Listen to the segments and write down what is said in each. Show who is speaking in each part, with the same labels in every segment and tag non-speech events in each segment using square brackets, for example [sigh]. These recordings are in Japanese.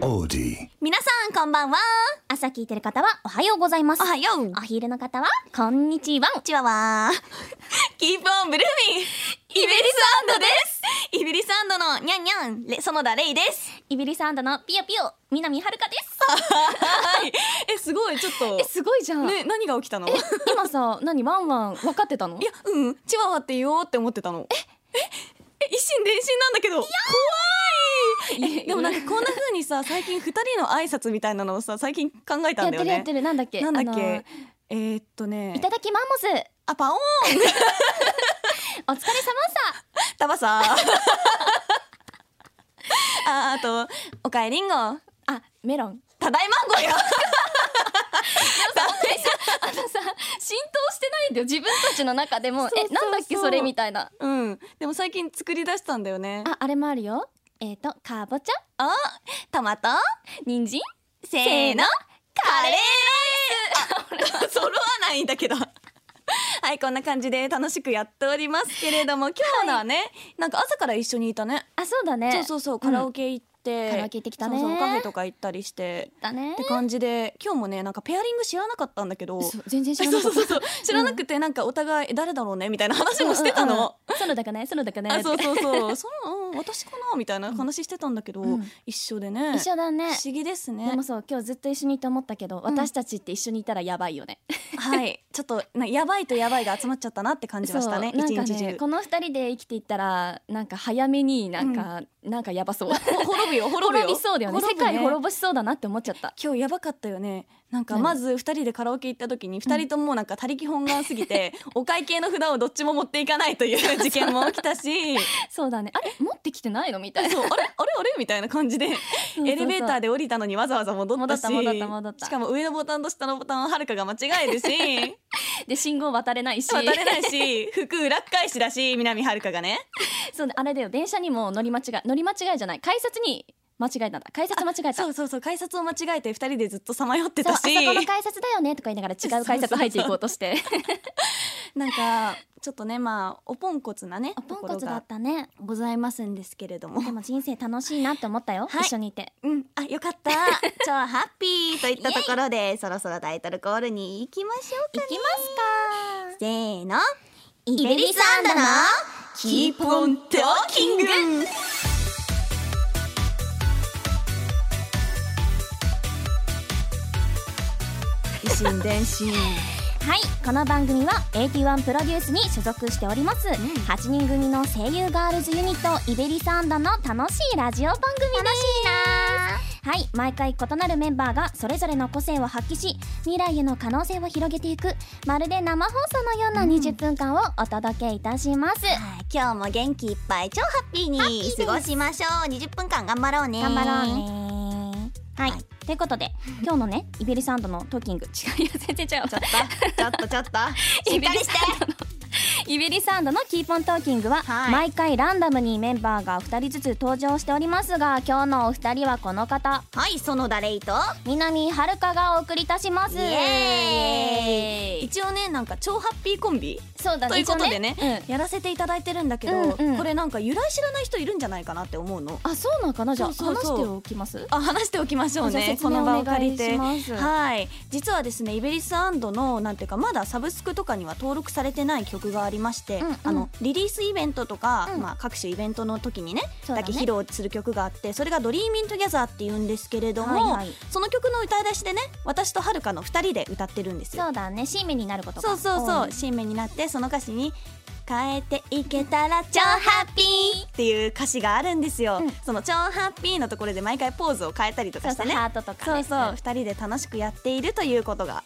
Speaker 1: Twenty.
Speaker 2: 皆さんこんばんは朝聞いてる方はおはようございます
Speaker 3: おはよう
Speaker 2: お昼の方はこんにちはチワワ
Speaker 3: Keep on blooming! イビリサンドですイビリサンドのニャンニャンレ園田レイです
Speaker 2: イビリサンドのピヨピヨ南遥です
Speaker 3: はいえ、 [laughs] すごい、ちょっと
Speaker 2: えすごいじゃん、
Speaker 3: ね、何が起きたのい
Speaker 2: 今さ何ワンワン分かってたの
Speaker 3: や、うん、チワワって言おうって思ってたのえ、え、一心伝心なんだけど怖いえ、でもなんかこんな風
Speaker 2: [laughs]
Speaker 3: にさ、最近二人の挨拶みたいなのをさ、最近考えた
Speaker 2: やっ
Speaker 3: んだ
Speaker 2: て
Speaker 3: よ
Speaker 2: る
Speaker 3: ね
Speaker 2: やってるなんだっけ
Speaker 3: なんだっ
Speaker 2: あの
Speaker 3: けえー、っとね
Speaker 2: いただきマンモス
Speaker 3: あ、パオーン
Speaker 2: お疲れ様さ
Speaker 3: タ
Speaker 2: [laughs]
Speaker 3: バサーあ、あと、おかえりんご
Speaker 2: あメロン
Speaker 3: ただいまんごよ
Speaker 2: あのさ浸透してないんだよ自分たちの中でも
Speaker 3: そうそうそう
Speaker 2: えなんだっけそれみたいな
Speaker 3: うん、でも最近作り出したんだよね。
Speaker 2: ああれもあるよえっ、ー、とかぼちゃ
Speaker 3: あ、トマト、
Speaker 2: 人参
Speaker 3: せ
Speaker 2: ーの
Speaker 3: カレーライス。あ [laughs] 揃わないんだけど。 [laughs] はい、こんな感じで楽しくやっておりますけれども、今日のはね、なんか朝から一緒にいたね。
Speaker 2: あそうだね
Speaker 3: そうそうそう、カラオケ行って、
Speaker 2: カラオケ行ってきたね
Speaker 3: そうそうカフェとか行ったりして。
Speaker 2: だね
Speaker 3: って感じで今日もねなんかペアリング知らなかったんだけど
Speaker 2: そう全然知
Speaker 3: そ
Speaker 2: ら
Speaker 3: う
Speaker 2: なか
Speaker 3: そ
Speaker 2: っ
Speaker 3: うそう知らなくてなんかお互い誰だろうねみたいな話もしてたの、
Speaker 2: た園田かね園田かね
Speaker 3: あそう
Speaker 2: って
Speaker 3: そうそうそのうん私かなみたいな話してたんだけど、
Speaker 2: うん
Speaker 3: 一緒でね
Speaker 2: 一緒だね
Speaker 3: 不思議ですね
Speaker 2: でもそう今日ずっと一緒にいて思ったけど、私たちって一緒にいたらやばいよね
Speaker 3: はいちょっとなやばいとやばいが集まっちゃったなって感じましたね
Speaker 2: そうな
Speaker 3: 一
Speaker 2: んか
Speaker 3: 日
Speaker 2: ね
Speaker 3: 中
Speaker 2: この二人で生きていったらなんか早めになんか、なんかやばそう
Speaker 3: ほ [laughs] 滅ぶよ滅ぶよ
Speaker 2: 滅びそうだよね
Speaker 3: 滅
Speaker 2: 世
Speaker 3: ぶ
Speaker 2: 界滅ぼしそうだなって思っちゃった
Speaker 3: 今日やばかったよねなんか
Speaker 2: 何
Speaker 3: まず2人でカラオケ行った時に2人ともなんか他力本願す
Speaker 2: [laughs]
Speaker 3: ぎて、お会計の札をどっちも持っていかないという事件も起きたし
Speaker 2: そうだねあれ持ってきてないのみたいな
Speaker 3: そうあれあれあれみたいな感じで
Speaker 2: そうそう
Speaker 3: エレベーターで降りたのにわざわざ戻ったし
Speaker 2: 戻った戻った戻った
Speaker 3: しかも上のボタンと下のボタンをはるかが間違え
Speaker 2: [laughs]
Speaker 3: るし
Speaker 2: で信号渡れないし
Speaker 3: 渡れないし服裏っ返しだし南はるかがね
Speaker 2: そうあれだよ電車にも乗り間違い乗り間違いじゃない改札に間違えたんだ改札間違えた
Speaker 3: そうそうそう改札を間違えて二人でずっとさまよって
Speaker 2: そう
Speaker 3: た
Speaker 2: あ
Speaker 3: し
Speaker 2: そこ [laughs] の改札だよねとか言いながら違う改札入っていこうと [laughs] して
Speaker 3: なんかちょっとねまあおポンコツなね
Speaker 2: おポンコツだっ
Speaker 3: とこ
Speaker 2: たね
Speaker 3: ろがございますんですけれど
Speaker 2: [laughs]
Speaker 3: も
Speaker 2: でも人生楽しいなって思ったよ、
Speaker 3: はい
Speaker 2: 一緒にいて
Speaker 3: [laughs] うんあよか
Speaker 4: [laughs]
Speaker 3: った超ハッピーといったところでそろそろタイトルコールに行きましょう
Speaker 2: 行きますか
Speaker 3: せーの
Speaker 2: イベリスの
Speaker 3: Keep on talking [laughs] 一心伝心
Speaker 2: はいこの番組は81プロデュースに所属しております、8人組の声優ガールズユニットイベリサンドの楽しいラジオ番組です楽しいなはい毎回異なるメンバーがそれぞれの個性を発揮し未来への可能性を広げていくまるで生放送のような20分間をお届けいたします、
Speaker 4: はい今日も元気いっぱい超ハッピーに過ごしましょう20分間頑張ろうね
Speaker 2: 頑張ろうねはい、という [laughs] ことで今日のねイベリサンドのトーキング違ういや全然違う
Speaker 3: ちょっとちょっとちょ
Speaker 4: [laughs]
Speaker 3: っと
Speaker 4: しっかりして
Speaker 2: イベリサンドのキーポントーキングは、
Speaker 4: はい
Speaker 2: 毎回ランダムにメンバーが2人ずつ登場しておりますが今日のお二人はこの方
Speaker 4: はいそのだれいと
Speaker 2: 南遥かがお送りいたします
Speaker 4: イエ
Speaker 2: イ
Speaker 3: 一応ねなんか超ハッピーコンビ
Speaker 2: そうだね
Speaker 3: ということでね
Speaker 2: 一応
Speaker 3: やらせていただいてるんだけど、
Speaker 2: うんうん
Speaker 3: これなんか由来知らない人いるんじゃないかなって思うの
Speaker 2: うんあそうなのかなじゃあ
Speaker 3: そうそうそう
Speaker 2: 話しておきます
Speaker 3: あ話 [laughs] しておきましょう
Speaker 2: じゃあ
Speaker 3: ね
Speaker 2: 説
Speaker 3: こ
Speaker 2: 明
Speaker 3: の
Speaker 2: お
Speaker 3: 場
Speaker 2: 願
Speaker 3: を借り
Speaker 2: いしてます
Speaker 3: はい実はですねイベリスのなんていうかまだサブスクとかには登録されてない曲がありまして、
Speaker 2: うんうん
Speaker 3: あのリリースイベントとか、
Speaker 2: うん
Speaker 3: まあ、各種イベントの時にね
Speaker 2: そう
Speaker 3: だ
Speaker 2: だね
Speaker 3: け披露する曲があってそれが「ドリーミントギャザーっていうんですけれども、
Speaker 2: はいはい
Speaker 3: その曲の歌い出しでね私とはるかの2人で歌ってるんですよ
Speaker 2: そうだね新メになることが
Speaker 3: そうそう
Speaker 2: 多
Speaker 3: そ
Speaker 2: いう
Speaker 3: 新面になってその歌詞に「変えていけたら超
Speaker 2: 超
Speaker 3: ハッピー
Speaker 2: ハッピー
Speaker 3: っていう歌詞があるんですよ、
Speaker 2: うん
Speaker 3: その「超ハッピー」のところで毎回ポーズを変えたりと
Speaker 2: そ
Speaker 3: か
Speaker 2: う
Speaker 3: して
Speaker 2: そう、
Speaker 3: ね
Speaker 2: ハートとか
Speaker 3: そう
Speaker 2: ね
Speaker 3: そう、二人で楽しくやっているということが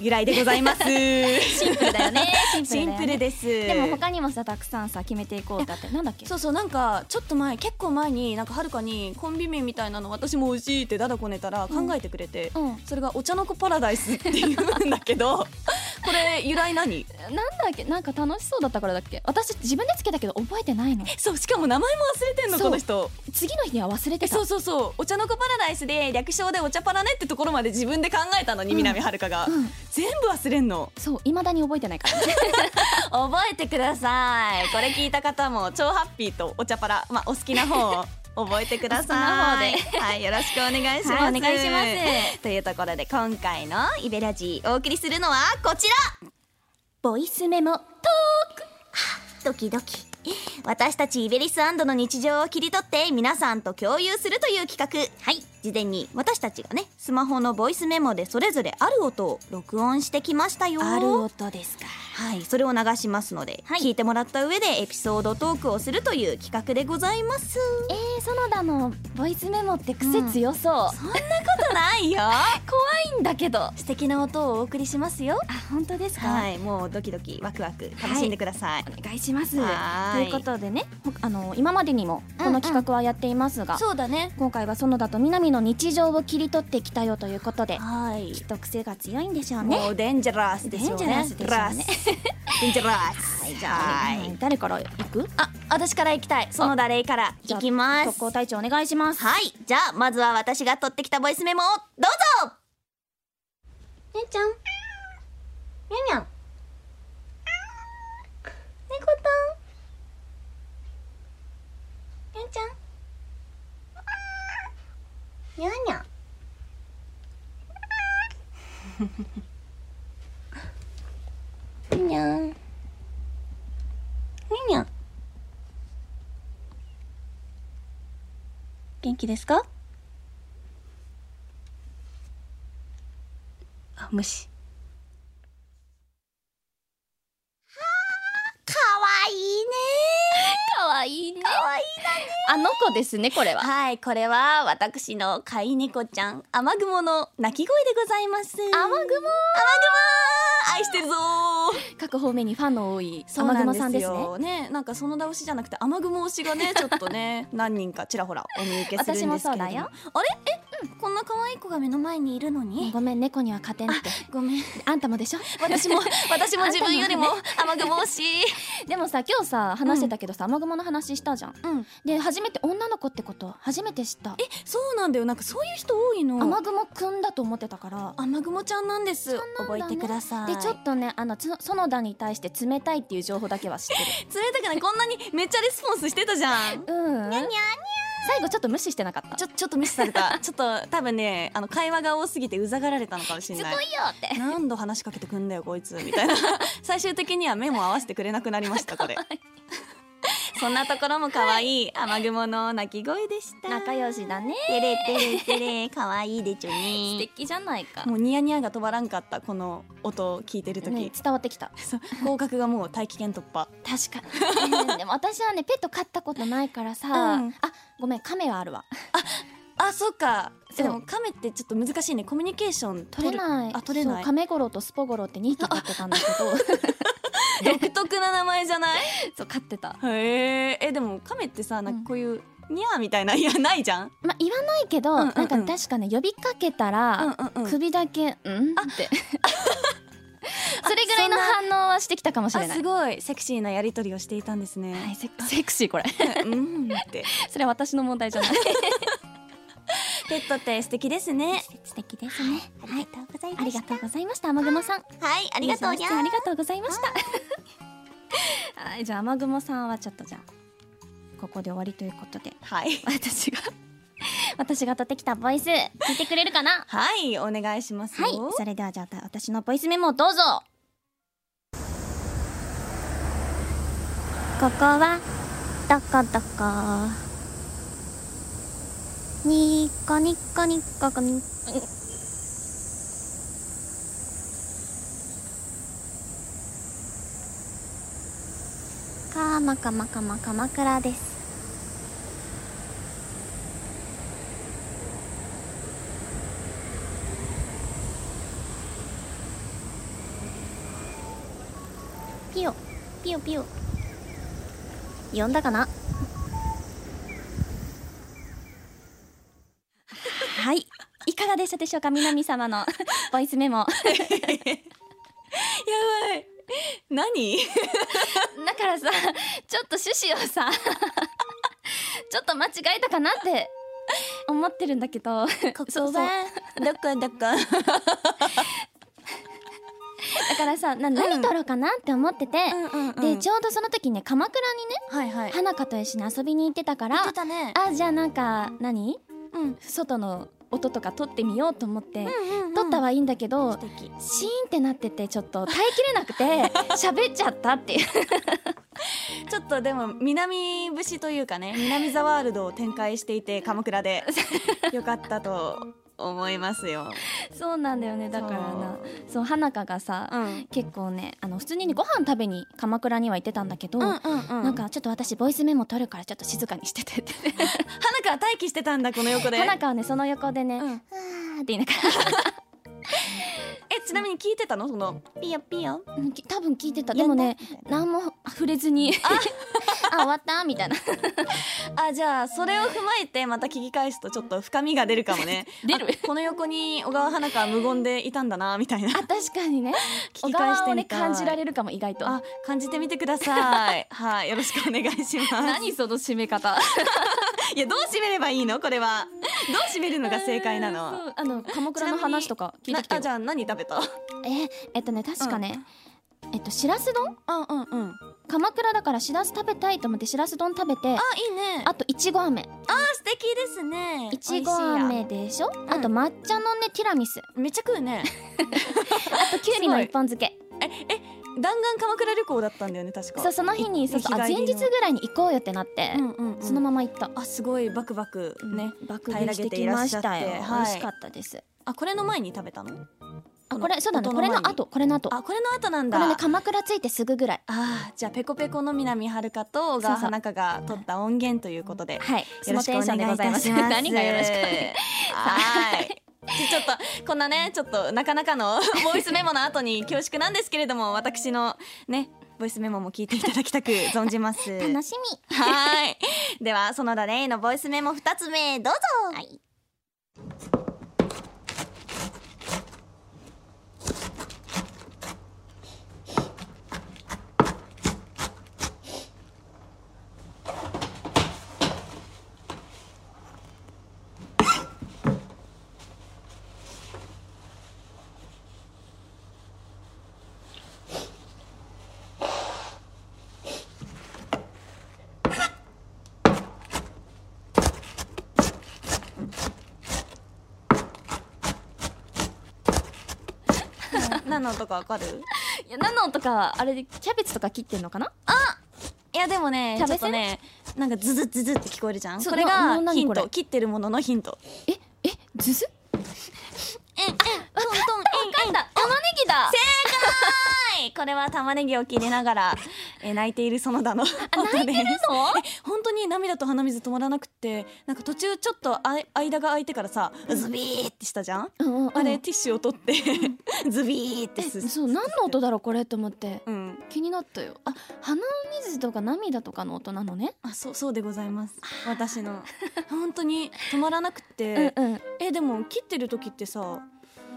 Speaker 3: 由来でござい [laughs] ます。
Speaker 2: シンプルだよねシンプルだよね
Speaker 3: [laughs] シンプルです。
Speaker 2: でも他にもさたくさんさ決めていこうだってなんだっけ
Speaker 3: そうそうなんかちょっと前結構前になんかはるかにコンビ名みたいなの私も欲しいってだだこねたら考えてくれて、
Speaker 2: うん
Speaker 3: それがお茶の子パラダイスっていうんだけ [laughs] どこれ由来何
Speaker 2: なんだっけなんか楽しそうだったからだっけ私自分でつけたけど覚えてないの
Speaker 3: そうしかも名前も忘れてんの
Speaker 2: そう
Speaker 3: この人
Speaker 2: 次の日には忘れ
Speaker 3: え
Speaker 2: てた
Speaker 3: そうそうそうお茶の子パラダイスで略称でお茶パラねってところまで自分で考えたのに、南はるかが、
Speaker 2: うん
Speaker 3: 全部忘れんの
Speaker 2: そういまだに覚えてないからね
Speaker 3: [laughs] 覚えてくださいこれ聞いた方も超ハッピーとお茶パラ、まあ、お好きな方を
Speaker 4: 覚えてくだ
Speaker 2: その
Speaker 4: さい。はい、よろしくお願いします。
Speaker 2: はいお願いします
Speaker 4: というところで今回のイベラジお送りするのはこちら。
Speaker 2: ボイスメモトーク
Speaker 4: ドキドキ。私たちイベリスの日常を切り取って皆さんと共有するという企画。はい。事前に私たちがね、スマホのボイスメモでそれぞれある音を録音してきましたよ。
Speaker 2: ある音ですか
Speaker 4: はい、それを流しますので、
Speaker 2: はい
Speaker 4: 聞いてもらった上でエピソードトークをするという企画でございます。
Speaker 2: えー、園田のボイスメモって癖強そう、
Speaker 4: そんなことないよ。
Speaker 2: [laughs] 怖いんだけどあ
Speaker 4: 素敵な音をお送りしますよ。
Speaker 2: 本当ですか、
Speaker 4: はい、もうドキドキワクワク楽しんでください。
Speaker 2: お願いしますと
Speaker 4: はー
Speaker 2: い
Speaker 4: いう
Speaker 2: ことでねほあの今までにもこ
Speaker 4: うんう
Speaker 2: の
Speaker 4: ん
Speaker 2: 企画はやっていますが、
Speaker 4: そうだね。
Speaker 2: 今回は園田と南の日常を切り取ってきたよということで
Speaker 4: はい
Speaker 2: き。っと癖が強いんでしょうね
Speaker 4: もうデンジャラスでしょう
Speaker 2: デ
Speaker 4: ね。
Speaker 2: ンジャラスでしょうね
Speaker 4: ラス。デンジャラス。はい、じゃ
Speaker 2: はい誰から行く
Speaker 4: あ、私から行きたい。そのだれから
Speaker 2: じゃ
Speaker 4: 行
Speaker 2: あ
Speaker 4: きます。
Speaker 2: 特攻隊長お願いします
Speaker 4: はい、じゃあまずは私が取ってきたボイスメモをどうぞ。
Speaker 2: 姉ちゃん
Speaker 4: にゃんにゃん。
Speaker 2: 猫たん姉ちゃん
Speaker 4: にゃんにゃん。
Speaker 2: にゃん
Speaker 4: にゃんにゃん。
Speaker 3: 元気ですかあ虫
Speaker 4: かわいいね。
Speaker 2: 可愛いね
Speaker 4: かわいい
Speaker 2: あの子ですねこれは
Speaker 4: はい、これは私の飼い猫ちゃん、雨雲の鳴き声でございます。雨
Speaker 2: 雨雲
Speaker 4: 愛してるぞ
Speaker 2: 各方面にファンの多い
Speaker 3: そ
Speaker 2: [laughs]
Speaker 3: う
Speaker 2: 雨雲
Speaker 3: なんで
Speaker 2: さん
Speaker 3: す
Speaker 2: ですね
Speaker 3: よねなんかその倒しじゃなくて雨雲推し
Speaker 2: [laughs]
Speaker 3: がねちょっとね何人かちらほらお見受けするんですけれども
Speaker 2: 私もそうだよ
Speaker 4: あれえ、こんな可愛い子が目の前にいるのに
Speaker 2: ごめん猫には勝てんって
Speaker 4: ごめん
Speaker 2: あんたもでしょ [laughs]
Speaker 4: 私も、私も自分よりも
Speaker 2: あん
Speaker 4: 雨雲推し
Speaker 2: でもさ今日さ話してたけどさ、雨雲の話したじゃん
Speaker 4: うん、
Speaker 2: で初めて女の子ってこと初めて知った
Speaker 3: そうなんだよなんかそういう人多いの
Speaker 2: 雨雲くんだと思ってたから
Speaker 3: 雨雲ちゃんなんです
Speaker 2: な
Speaker 4: 覚
Speaker 2: んだね
Speaker 4: えてください
Speaker 2: でちょっとねあのつ園田に対して冷たいっていう情報だけは知ってる
Speaker 4: 冷たくない、こんなにめっちゃレスポンスしてたじゃん
Speaker 2: うん
Speaker 4: に
Speaker 2: 最後ちょっと無視してなかった
Speaker 3: ちょちょっと無視され [laughs] たちょっと多分ねあの会話が多すぎてうざがられたのかもし [laughs] れない
Speaker 2: よって
Speaker 3: 何度話しかけてくんだよこいつみた [laughs] いな最終的には目も合わせてくれなくなりましたこ [laughs] れ
Speaker 4: そんなところも可愛い雨雲の鳴き声でした
Speaker 2: 仲良しだね
Speaker 4: てれてれてれ可愛いでちょ
Speaker 2: 素
Speaker 4: ね
Speaker 2: 敵じゃないか
Speaker 3: もうニヤニヤが止まらんかったこの音を聞いてる時、
Speaker 2: ね伝わってきた
Speaker 3: そう合格がもう大気圏突破
Speaker 2: 確かにでも私はねペット飼ったことないからさ、
Speaker 3: うん
Speaker 2: あごめんカメはあるわ
Speaker 3: あそっか
Speaker 2: そう
Speaker 3: でもカメってちょっと難しいねコミュニケーション
Speaker 2: 取れない
Speaker 3: あ取れな
Speaker 2: そう
Speaker 3: い
Speaker 2: カメゴロとスポゴロって2匹飼ってたんだけど
Speaker 3: 独特な名前じゃない
Speaker 2: [laughs] そう飼ってた
Speaker 3: へーえでもカメってさなん
Speaker 2: うん
Speaker 3: かこういうニャーみたいないやないじゃん
Speaker 2: まあ言わないけど、
Speaker 3: うんうんうん
Speaker 2: なんか確かね呼びかけたら、
Speaker 3: うんうん
Speaker 2: 首だけ「うん?」ってそれぐらいの反応はしてきたかもしれ
Speaker 3: あ
Speaker 2: ない
Speaker 3: すごいセクシーなやり取りをしていたんですね、
Speaker 2: はい、セクセクシーこれ
Speaker 3: うんって
Speaker 2: それは私の問題じゃない
Speaker 4: ペットって素敵ですね
Speaker 2: 素敵ですね
Speaker 4: ありがとうござい
Speaker 2: ありがとうございました雨雲さん
Speaker 4: はいありがとうにゃ
Speaker 2: ご出演あ
Speaker 4: ん
Speaker 2: りがとうございました [laughs] はいじゃあ雨雲さんはちょっとじゃあここで終わりということで
Speaker 3: はい
Speaker 2: 私が [laughs] 私が取ってきたボイス聞いてくれるかな
Speaker 3: はいお願いしますよ
Speaker 2: はいそれではじゃあ私のボイスメモをどうぞここはどこどこニコニコニココニかまかまかま鎌倉ですピヨピヨピヨ呼んだ [laughs] かなはいいかがでしたでしょうか南様 [laughs] のボイスメモ
Speaker 3: やばい何
Speaker 2: だからさちょっと趣旨を [laughs] さちょっと間違えたかなって思ってるんだけど
Speaker 4: ここ
Speaker 2: そうそう
Speaker 4: はどこどこ
Speaker 2: だからさな何撮ろうかなって思ってて、
Speaker 4: うん
Speaker 2: でちょうどその時ね鎌倉にね
Speaker 4: はいはい
Speaker 2: 花香と一緒に遊びに行ってたから
Speaker 4: 言ってたね
Speaker 2: あじゃあなんか何
Speaker 4: うん
Speaker 2: 外の音とか撮ってみようと思って、
Speaker 4: 撮
Speaker 2: 撮ったはいいんだけど、
Speaker 4: 素敵
Speaker 2: シーンってなっててちょっと耐えきれなくて [laughs] 喋っちゃったっていう
Speaker 3: ちょっとでも南節というかね南ザワールドを展開していて鎌
Speaker 2: [laughs]
Speaker 3: 倉でよかったと思いますよ。
Speaker 2: そうなんだよねだからなそう花香がさ、
Speaker 3: うん
Speaker 2: 結構ねあの普通にねご飯食べに鎌倉には行ってたんだけど、
Speaker 4: うんうんうん
Speaker 2: なんかちょっと私ボイスメモ取るからちょっと静かにしててって
Speaker 3: 花から待機してたんだこの横で。
Speaker 2: 花香はねその横でね、
Speaker 3: う
Speaker 2: うんわーって言いながら
Speaker 3: えちなみに聞いてたのその
Speaker 4: ピヨピヨ
Speaker 2: うんき多分聞いてたでもね何も触れずに [laughs] あ終わったみたいな
Speaker 3: あじゃあそれを踏まえてまた聞き返すとちょっと深みが出るかもね
Speaker 2: 出る
Speaker 3: あこの横に小川花香は無言でいたんだなみたいな
Speaker 2: あ確かにね
Speaker 3: 聞き返してみ
Speaker 2: ね
Speaker 3: たい
Speaker 2: 感じられるかも意外と
Speaker 3: あ感じてみてください [laughs] はいよろしくお願いします
Speaker 2: その締め方
Speaker 3: いやどう締めればいいのこれはどう締めるのが正解なの
Speaker 2: そうあ [laughs] の鎌倉の話とか聞いてきて
Speaker 3: なあ
Speaker 2: よ
Speaker 3: じゃあ何食べた
Speaker 2: えーえっとね確かね、えっとしらす丼
Speaker 3: うんうんうん
Speaker 2: 鎌倉だからしらす食べたいと思ってしらす丼食べてあ
Speaker 4: あいいね
Speaker 2: といちご飴
Speaker 4: 素敵ですね
Speaker 2: いちご
Speaker 4: 美味しい
Speaker 2: 飴でしょあと抹茶のねティラミス
Speaker 4: やめっちゃ食うね
Speaker 2: あときゅうりの一本漬け
Speaker 3: 弾丸鎌倉旅行だったんだよね確か
Speaker 2: そうその日に
Speaker 3: い
Speaker 2: そうそうあ
Speaker 3: 日
Speaker 2: 前
Speaker 3: 帰りの
Speaker 2: 日ぐらいに行こうよってなって、
Speaker 3: うんうんうん
Speaker 2: そのまま行った
Speaker 3: あすごいバクバクね、
Speaker 2: 爆
Speaker 3: 平
Speaker 2: 食
Speaker 3: ら
Speaker 2: いし
Speaker 3: げ
Speaker 2: て
Speaker 3: てい
Speaker 2: き
Speaker 3: らっ
Speaker 2: ま
Speaker 3: し
Speaker 2: し
Speaker 3: ゃって
Speaker 2: たよ、
Speaker 3: はい
Speaker 2: 美味しかったです
Speaker 3: あこれの前に食べたの
Speaker 2: あこれそうだね
Speaker 3: 音
Speaker 2: これ
Speaker 3: 前に
Speaker 2: の後これの後こ
Speaker 3: あこれの後なんだ
Speaker 2: れね鎌倉着いてすぐぐらい
Speaker 3: あーじゃあペコペコの南遥かと小川
Speaker 2: そうそう
Speaker 3: 花香が取った音源ということで
Speaker 2: はいそ
Speaker 3: よろ
Speaker 2: の
Speaker 3: しく
Speaker 2: テ
Speaker 3: お
Speaker 2: ンションでご
Speaker 3: 願いい
Speaker 2: ざい
Speaker 3: た
Speaker 2: ま
Speaker 3: し
Speaker 2: す
Speaker 3: ます。
Speaker 2: [laughs] 何がよろしく
Speaker 3: はい。ちょっとこんなねちょっとなかなかの [laughs] ボイスメモの後に恐縮なんですけれども私のねボイスメモも聞いていただきたく存じます。
Speaker 2: [laughs] 楽しみ
Speaker 3: はい。では園田レイのボイスメモ二つ目どうぞ。
Speaker 2: はい。
Speaker 3: 何の音かわかる？
Speaker 2: [laughs] いやナノとかあれでキャベツとか切ってんのかない
Speaker 3: やでもね
Speaker 2: キャ
Speaker 3: ちょ
Speaker 2: ベ
Speaker 3: っ
Speaker 2: ツ
Speaker 3: とねなんかズズズズって聞こえるじゃん。
Speaker 2: そう
Speaker 3: これ
Speaker 2: な
Speaker 3: が
Speaker 2: な何
Speaker 3: ヒン
Speaker 2: これ
Speaker 3: ト切ってるもののヒント。
Speaker 2: ええズズ
Speaker 4: えんえ
Speaker 2: わ
Speaker 4: んトン
Speaker 2: かった玉ねぎだ
Speaker 3: はい、これは玉ねぎを切りながら、えー泣いている園田の音
Speaker 2: 泣いてる
Speaker 3: です
Speaker 2: の
Speaker 3: 本当に涙と鼻水止まらなくってなんか途中ちょっとあい間が空いてからさズビーってしたじゃん、
Speaker 2: うんうん
Speaker 3: あれティッシュを取ってズビーって
Speaker 2: え
Speaker 3: す
Speaker 2: そう何の音だろうこれと思って
Speaker 3: うん
Speaker 2: 気になったよあ鼻水とか涙とかの音なのね
Speaker 3: あそうそうでございます私の本当に止まらなくって、
Speaker 2: うんうん
Speaker 3: えでも切ってる時ってさ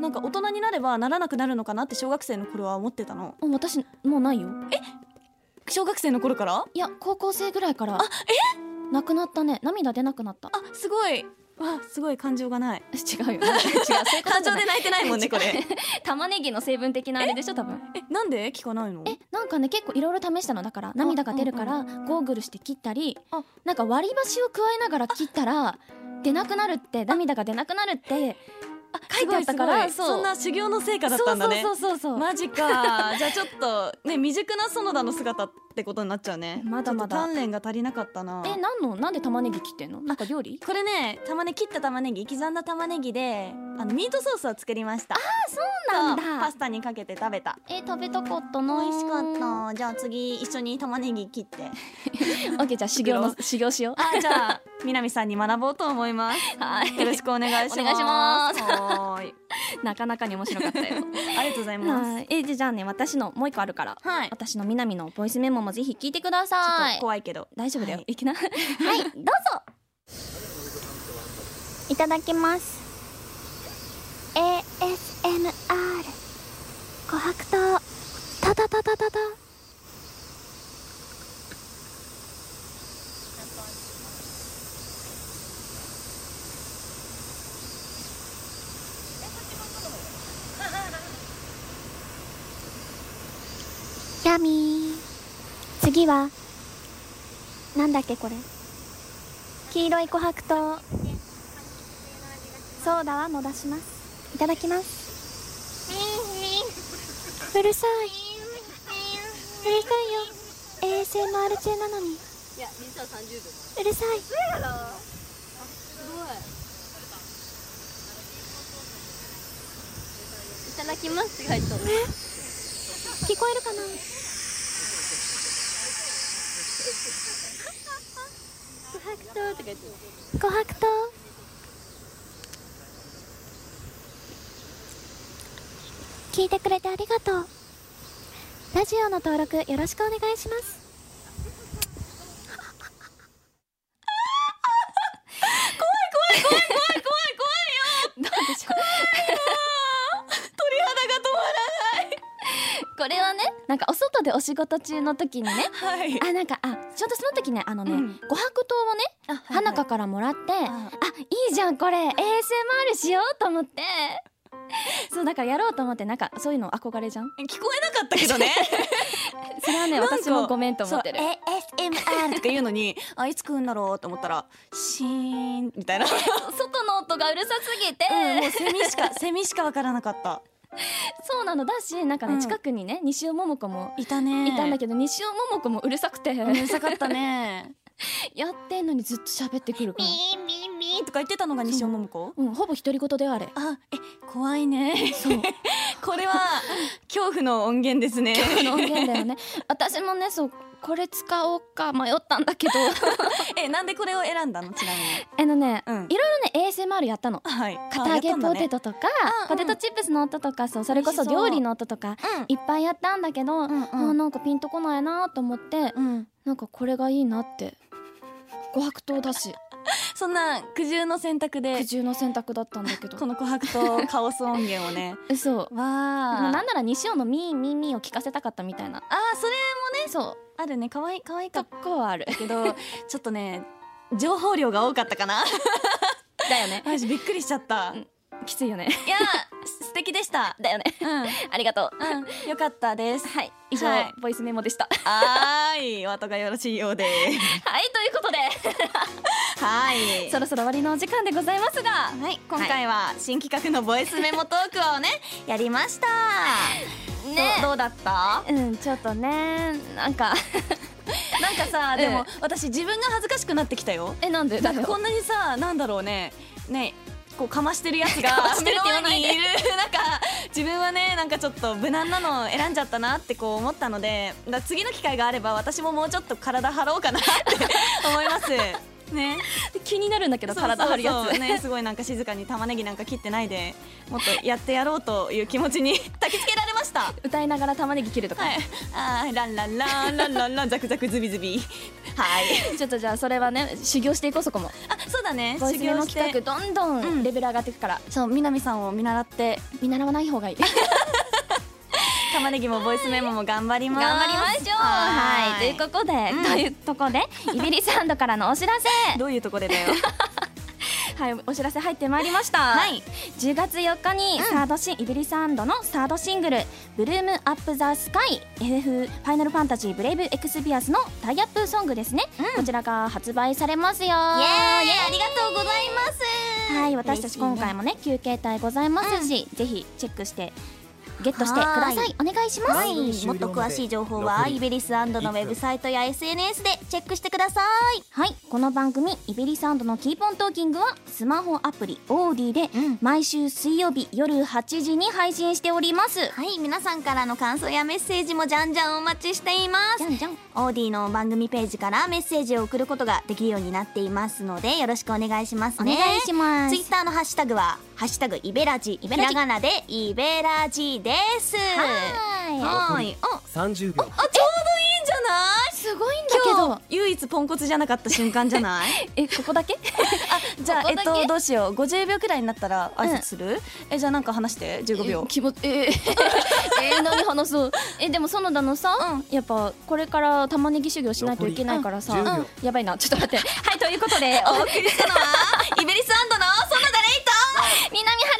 Speaker 3: なんか大人になればならなくなるのかなって小学生の頃は思ってたの
Speaker 2: もう私もうないよ
Speaker 3: 小学生の頃から
Speaker 2: いや高校生ぐらいからあえなくなったね涙出なくなった
Speaker 3: あすごいわすごい感情がない
Speaker 2: [laughs] 違うよ違うそういうこと
Speaker 3: [laughs] 感
Speaker 2: じゃ
Speaker 3: 情
Speaker 2: な
Speaker 3: で
Speaker 2: い
Speaker 3: 泣いてないもんねこれ
Speaker 2: [laughs] 玉ねぎの成分的なあれでしょ多分
Speaker 3: えなんで聞かないの
Speaker 2: えなんかね結構いろいろ試したのだから涙が出るからゴーグルして切ったり
Speaker 3: あ
Speaker 2: なんか割り箸を加えながら切ったら出なくなるって涙が出なくなるって書いてあったから
Speaker 3: すごいすごい
Speaker 2: そう
Speaker 3: そんな修行の成果だったんだね
Speaker 2: そうそうそうそうそう
Speaker 3: マジかじゃあちょっとね未熟な園田の姿ってことになっちゃうね
Speaker 2: まだまだ
Speaker 3: ちょっと鍛錬が足りなかったな
Speaker 2: えなんのなんで玉ねぎ切ってんのなんか料理
Speaker 3: これね玉ね切った玉ねぎ刻んだ玉ねぎであのミートソースを作りましたあ
Speaker 2: なんだ
Speaker 3: パスタにかけて食べた
Speaker 2: え食べたかった
Speaker 3: 美
Speaker 2: な
Speaker 3: 味しかったじゃあ次一緒に玉ねぎ切って
Speaker 2: オッ
Speaker 3: [laughs]
Speaker 2: ケーじゃあ修行の修行しよう
Speaker 3: あじゃ [laughs] あ南さんに学ぼうと思います
Speaker 2: はい
Speaker 3: よろしくお願いします
Speaker 2: お願いします
Speaker 3: はーい
Speaker 2: なかなかに面白かった
Speaker 3: [laughs]
Speaker 2: よ
Speaker 3: ありがとうございます
Speaker 2: はいえじゃあね私のもう一個あるから
Speaker 3: はいちょ
Speaker 2: 私の南のボイスメモもぜひ聞いてくださ
Speaker 3: っと
Speaker 2: い
Speaker 3: 怖いけど
Speaker 2: 大丈夫だよ、
Speaker 3: はい
Speaker 2: い、きな
Speaker 4: はいどうぞいただきます ASMR 琥珀糖タタタタタタ
Speaker 3: あ
Speaker 2: ヤミー次はなんだっけこれ黄色い琥珀糖ソーダはも出しますいただきますうるさいうるさいよ ASMR 中なのにうるさい
Speaker 1: いただきますって書いてある
Speaker 2: 聞こえるかな
Speaker 1: 白桃って書いてある
Speaker 2: 琥珀糖聞いてくれてありがとうラジオの登録よろしくお願いします
Speaker 3: 鳥肌が
Speaker 2: これはねなんかお外でお仕事中の時にね
Speaker 3: 止まらないはい
Speaker 2: あなんかあちょうどその時ねあのね、
Speaker 3: うん
Speaker 2: 琥珀糖をね
Speaker 3: あ、は
Speaker 2: 花香からもらって、
Speaker 3: あ
Speaker 2: あいいじゃんこれ ASMR しようと思ってそうだからやろうと思ってなんかそういうの憧れじゃん
Speaker 3: 聞こえなかったけどね
Speaker 2: それはね
Speaker 3: なんか
Speaker 2: 私もごめんと思 [laughs] ってる
Speaker 4: そう ASMR
Speaker 3: とか言うのにあいつ食うんだろうと思ったらシーンみたいなも
Speaker 2: 外の音がうるさすぎて、
Speaker 3: うセミし [laughs] かセミしかわからなかった
Speaker 2: そうなのだしなんかね、
Speaker 3: うん
Speaker 2: 近くにね西尾桃子も
Speaker 3: いたね
Speaker 2: いたんだけ
Speaker 3: け
Speaker 2: ど、西尾桃子もうるさくて、
Speaker 3: うるさかった [laughs] ね
Speaker 2: やってんのにずっと喋ってくるから、
Speaker 4: ーミーミー
Speaker 3: とか言ってたのが西尾桃子
Speaker 2: うん、ほぼ独り言であれ
Speaker 3: あえ怖いね
Speaker 2: そう
Speaker 3: [laughs] これは恐怖の音源ですね
Speaker 2: この音源だよね私もねそうこれ使おうか迷ったんだ
Speaker 3: [laughs]
Speaker 2: けど
Speaker 3: [laughs] えなんでこれを選んだのちなみに
Speaker 2: あのね、
Speaker 3: うん
Speaker 2: いろいろね ASMR やったの
Speaker 3: はい
Speaker 2: 片揚げポテ
Speaker 3: ト
Speaker 2: トとか、
Speaker 3: ん
Speaker 2: ポテトチップスの音とかそうそれこそ
Speaker 3: 美味しそ
Speaker 2: 料
Speaker 3: う
Speaker 2: 理の音とか
Speaker 4: うん
Speaker 2: いっぱいやったんだけど、
Speaker 3: うん
Speaker 2: あーなんかピンとこないなと思って、
Speaker 3: うん
Speaker 2: なんかこれがいいなって琥珀糖だし
Speaker 3: そんな苦渋の選択で
Speaker 2: 苦渋の選択だったんだけど
Speaker 3: この琥珀とカオス音源をね
Speaker 2: 嘘
Speaker 3: [laughs] わ
Speaker 2: でも
Speaker 3: あ
Speaker 2: なんなら西尾のミーミーミーを聞かせたかったみたいな
Speaker 3: あーそれ
Speaker 2: そ
Speaker 3: あるね可愛い可愛
Speaker 2: う
Speaker 3: か
Speaker 2: と
Speaker 3: っ
Speaker 2: こはある
Speaker 3: たけ [laughs] どちょっとね情報量が多かったかな
Speaker 2: だよね
Speaker 3: 私びっくりしちゃった
Speaker 2: うんきついよね
Speaker 3: いやす素敵でした
Speaker 2: だよね
Speaker 3: うん
Speaker 2: [laughs] ありがとう
Speaker 3: うんよかったです
Speaker 2: はい以上、
Speaker 3: はい
Speaker 2: ボイスメモでした
Speaker 3: はーいお後がよろしいようで
Speaker 2: [laughs] はいということで
Speaker 3: はい
Speaker 2: [laughs] そろそろ終わりのお時間でございますが
Speaker 4: はい
Speaker 3: 今回は新企画のボイスメモトークをね
Speaker 4: やりました
Speaker 3: どどうだった
Speaker 2: うんちょっとねなんか
Speaker 3: なんかさ
Speaker 2: ええ
Speaker 3: でも私自分が恥ずかしくなってきたよ
Speaker 2: [laughs] えなんで
Speaker 3: なん
Speaker 2: だ
Speaker 3: か
Speaker 2: よ
Speaker 3: こんなにさなんだろうねねこうかましてるや
Speaker 2: [laughs]
Speaker 3: つ
Speaker 2: かま
Speaker 3: が
Speaker 2: して
Speaker 3: 目
Speaker 2: るっ
Speaker 3: の
Speaker 2: て言わな
Speaker 3: 前
Speaker 2: い
Speaker 3: に
Speaker 2: で
Speaker 3: いるなんか自分はねなんかちょっと無難なのを選んじゃったなってこう思ったのでだから次の機会があれば私ももうちょっと体張ろうかなって思
Speaker 2: [laughs]
Speaker 3: いますね
Speaker 2: 気になるんだけど体張るやつ
Speaker 3: そうそうそうねすごいなんか静かに玉ねぎなんか切ってないでもっとやってやろうという気持ちに [laughs] 焚きつけられましたはい
Speaker 2: 歌いながら玉ねぎ切るとか、
Speaker 3: あーランランランランランランザクザクズビズビはい
Speaker 2: ちょっとじゃあそれはね修行していこうそこも
Speaker 3: あそうだね
Speaker 2: ボイスメモ企画どんど
Speaker 3: うんん
Speaker 2: レベル上がっていくから、
Speaker 3: そう南さんを見習って
Speaker 2: 見習わない方が [laughs] いい
Speaker 3: 玉ねぎもボイスメモも頑張ります
Speaker 2: 頑張りましょう [laughs]
Speaker 3: は
Speaker 2: はいいということで、というところで [laughs] イベリスハンドからのお知らせ
Speaker 3: どういうところ
Speaker 4: [laughs]
Speaker 3: でだよ
Speaker 2: はいお知らせ入ってまいりました、
Speaker 3: はい
Speaker 2: 10月4日にサードシン、イベリスハンドのサードシングル「ブルームアップザスカイ FF ファイナルファンタジーブレイブエクスビアス」のタイアップソングですね、こちらが発売されますよイエーイ
Speaker 4: イエーイありがとうございます
Speaker 2: はい、私たち今回もね休憩帯ございますし、ぜひチェックしてゲットしてください
Speaker 4: はー
Speaker 2: お願いします、
Speaker 4: はい、もっと詳しい情報はイベリスのウェブサイトや SNS でチェックしてください
Speaker 2: はい、この番組「イベリサウンドのキーポントーキング」はスマホアプリオーディで
Speaker 4: うん
Speaker 2: 毎週水曜日夜8時に配信しております、
Speaker 4: はい皆さんからの感想やメッセージもじゃんじゃんお待ちしています
Speaker 2: じゃんじゃん
Speaker 4: オーディの番組ページからメッセージを送ることができるようになっていますのでよろしくお願いします
Speaker 2: お
Speaker 4: ね
Speaker 2: 願いします、
Speaker 4: ツイッターのハッシュタグは「ハッシュタグイベラジ」ひ
Speaker 2: ベラジ
Speaker 4: らがなで「イベラジ」です
Speaker 2: はーい
Speaker 4: はいお [laughs]
Speaker 5: 30秒
Speaker 3: あちょうどいいんじゃない
Speaker 2: すごいんだけ
Speaker 3: 今
Speaker 2: ど
Speaker 3: 日唯一ポンコツじゃなかった瞬間じゃない
Speaker 2: えここだけ
Speaker 3: じゃあ
Speaker 2: ここ
Speaker 3: えっ
Speaker 2: だけ
Speaker 3: とどうしよう50秒くらいになったら挨拶する、えじゃあなんか話して15秒
Speaker 2: 気持ちえー、 [laughs] えー、何話そう [laughs] えでも園田のさ、やっぱこれから玉ねぎ修行しないといけないからさ、
Speaker 5: 残り10秒
Speaker 2: やばいなちょっ [laughs] と待ってはいということで
Speaker 3: [laughs] お送りしたのはイベリスの園田レイト
Speaker 2: 南原